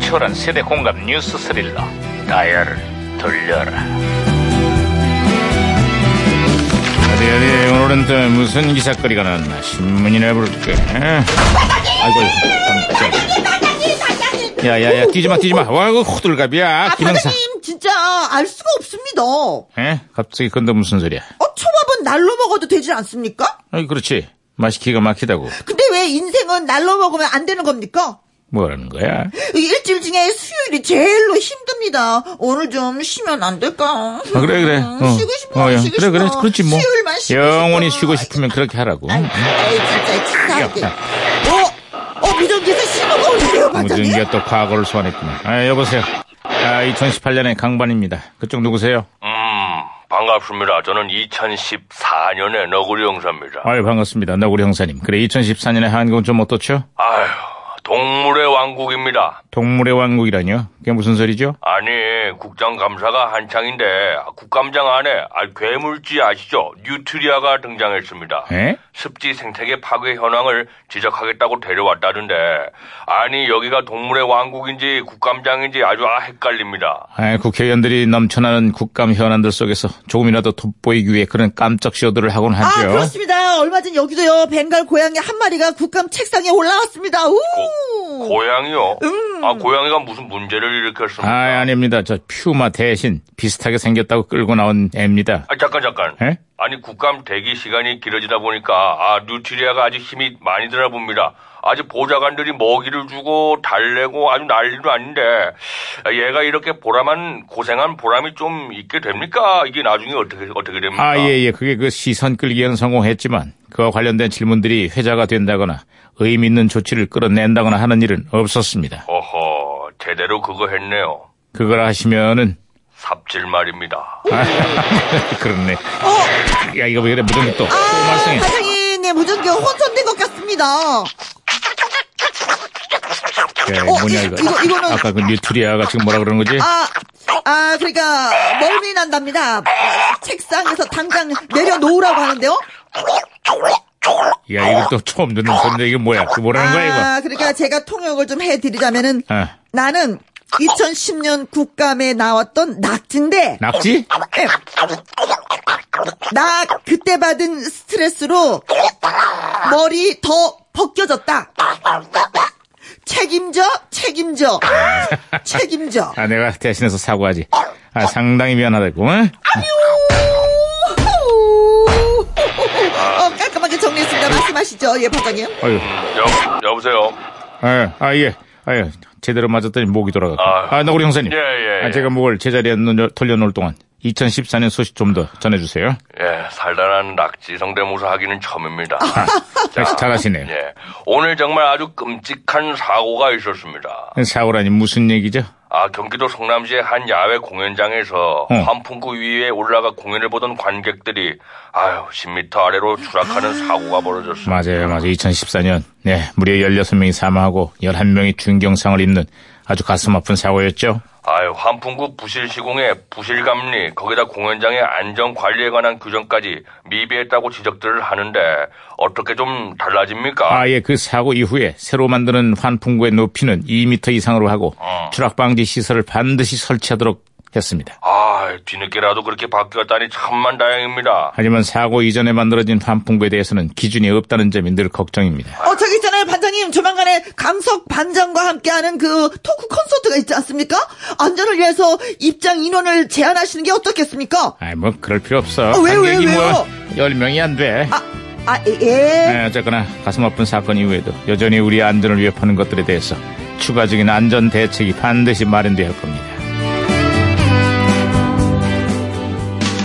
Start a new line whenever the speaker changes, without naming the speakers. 치열한 세대 공감 뉴스 스릴러 다이얼을 돌려라 어디 어디 오늘은 또 무슨 기사거리가 나왔나 신문이나 볼게 아이고 깜짝이야.
사장님, 사장님,
야야야 뛰지마 뛰지마 와 이거 호들갑이야
아,
김영사
사장님 진짜 알 수가 없습니다. 어,
에? 갑자기 건데 무슨 소리야
초밥은 날로 먹어도 되지 않습니까?
아이 그렇지 맛이 기가 막히다고
근데 왜 인생은 날로 먹으면 안 되는 겁니까?
뭐라는 거야
이 일주일 중에 수요일이 제일로 힘듭니다. 오늘 좀 쉬면 안 될까?
아, 그래 그래 어.
쉬고 싶어.
어, 야,
쉬고
그래 그래
싶어.
그렇지 뭐
수요일만 쉬고
영원히
싶어.
쉬고 싶으면 그렇게 하라고
아이, 아이, 진짜 치사하게. 어, 어 무전기에서 신호가 오세요, 반장님.
무전기가 또 과거를 소환했구만 아 여보세요 아 2018년의 강반입니다 그쪽 누구세요
음, 반갑습니다. 저는 2014년의 너구리 형사입니다.
아유 반갑습니다 너구리 형사님 그래 2014년에 한국은 좀 어떻죠
아휴, 동물의 왕국입니다.
동물의 왕국이라뇨 그게 무슨 소리죠
아니, 국장 감사가 한창인데, 국감장 안에 아, 괴물쥐 아시죠? 뉴트리아가 등장했습니다.
에?
습지 생태계 파괴 현황을 지적하겠다고 데려왔다는데, 아니, 여기가 동물의 왕국인지 국감장인지 아주 아, 헷갈립니다.
아, 국회의원들이 넘쳐나는 국감 현안들 속에서 조금이라도 돋보이기 위해 그런 깜짝 쇼들을 하곤
아,
하죠.
그렇습니다. 얼마 전 여기도요, 벵갈 고양이 한 마리가 국감 책상에 올라왔습니다. 우! 음.
고양이요? 아, 고양이가 무슨 문제를 일으켰습니까?
아, 아닙니다. 저 퓨마 대신 비슷하게 생겼다고 끌고 나온 애입니다.
아, 잠깐, 잠깐.
에?
아니, 국감 대기 시간이 길어지다 보니까, 아, 뉴트리아가 아주 힘이 많이 들어 봅니다. 아주 보좌관들이 먹이를 주고, 달래고, 아주 난리도 아닌데, 아, 얘가 이렇게 보람한, 고생한 보람이 좀 있게 됩니까? 이게 나중에 어떻게, 어떻게 됩니까?
아, 예, 예. 그게 그 시선 끌기에는 성공했지만 그와 관련된 질문들이 회자가 된다거나 의미 있는 조치를 끌어낸다거나 하는 일은 없었습니다.
어허, 제대로 그거 했네요.
그걸 하시면은
삽질 말입니다.
그렇네.
어?
야, 이거 왜 그래? 무전기 또, 또
아,
발생해.
사장님의 무전기가 혼선된 것 같습니다.
야,
어,
뭐냐
이-
이거?
이거- 이거는-
아까 그 뉴트리아가 지금 뭐라 그러는 거지?
아, 아, 그러니까 멀미 난답니다. 책상에서 당장 내려놓으라고 하는데요.
야, 이거 또 처음 듣는 소리인데 이게 뭐야? 그 뭐라는 거야 이거?
아, 그러니까 제가 통역을 좀 해드리자면은
아.
나는 2010년 국감에 나왔던 낙지인데
낙지?
예. 나 그때 받은 스트레스로 머리 더 벗겨졌다. 책임져, 책임져, 책임져.
아, 내가 대신해서 사과하지. 아, 상당히 미안하다고. 응?
호우. 어, 깔끔하게 정리했습니다. 말씀하시죠. 예, 반장님.
아유,
음, 여, 여보세요?
아유, 아, 예. 아유, 제대로 맞았더니 목이 돌아갔고.
아유.
아, 너구리 형사님.
예, 예,
아,
예.
제가 목을 제자리에 놓- 돌려놓을 동안 2014년 소식 좀 더 전해주세요.
예, 살다란 낙지 성대모사 하기는 처음입니다.
아, 잘하시네요.
예, 오늘 정말 아주 끔찍한 사고가 있었습니다.
사고라니 무슨 얘기죠?
아, 경기도 성남시의 한 야외 공연장에서
응.
환풍구 위에 올라가 공연을 보던 관객들이 아유 10m 아래로 추락하는 사고가 벌어졌습니다.
맞아요, 맞아요. 2014년. 네, 무려 16명이 사망하고 11명이 중경상을 입는 아주 가슴 아픈 사고였죠.
아유 환풍구 부실 시공에 부실 감리 거기다 공연장의 안전 관리에 관한 규정까지 미비했다고 지적들을 하는데 어떻게 좀 달라집니까?
아, 예, 그 사고 이후에 새로 만드는 환풍구의 높이는 2m 이상으로 하고
어.
추락방지 시설을 반드시 설치하도록 했습니다.
아, 뒤늦게라도 그렇게 바뀌었다니 참만 다행입니다.
하지만 사고 이전에 만들어진 환풍구에 대해서는 기준이 없다는 점이 늘 걱정입니다.
어, 저기 있잖아요, 반장님. 조만간에 강석 반장과 함께하는 그 토크 콘서트가 있지 않습니까? 안전을 위해서 입장 인원을 제한하시는 게 어떻겠습니까?
아이, 뭐, 그럴 필요 없어.
어, 왜, 왜,
관객이
왜요?
뭐, 10명이 안 돼.
아, 아, 예, 예.
네, 어쨌거나 가슴 아픈 사건 이후에도 여전히 우리 안전을 위협하는 것들에 대해서 추가적인 안전 대책이 반드시 마련되어 할 겁니다.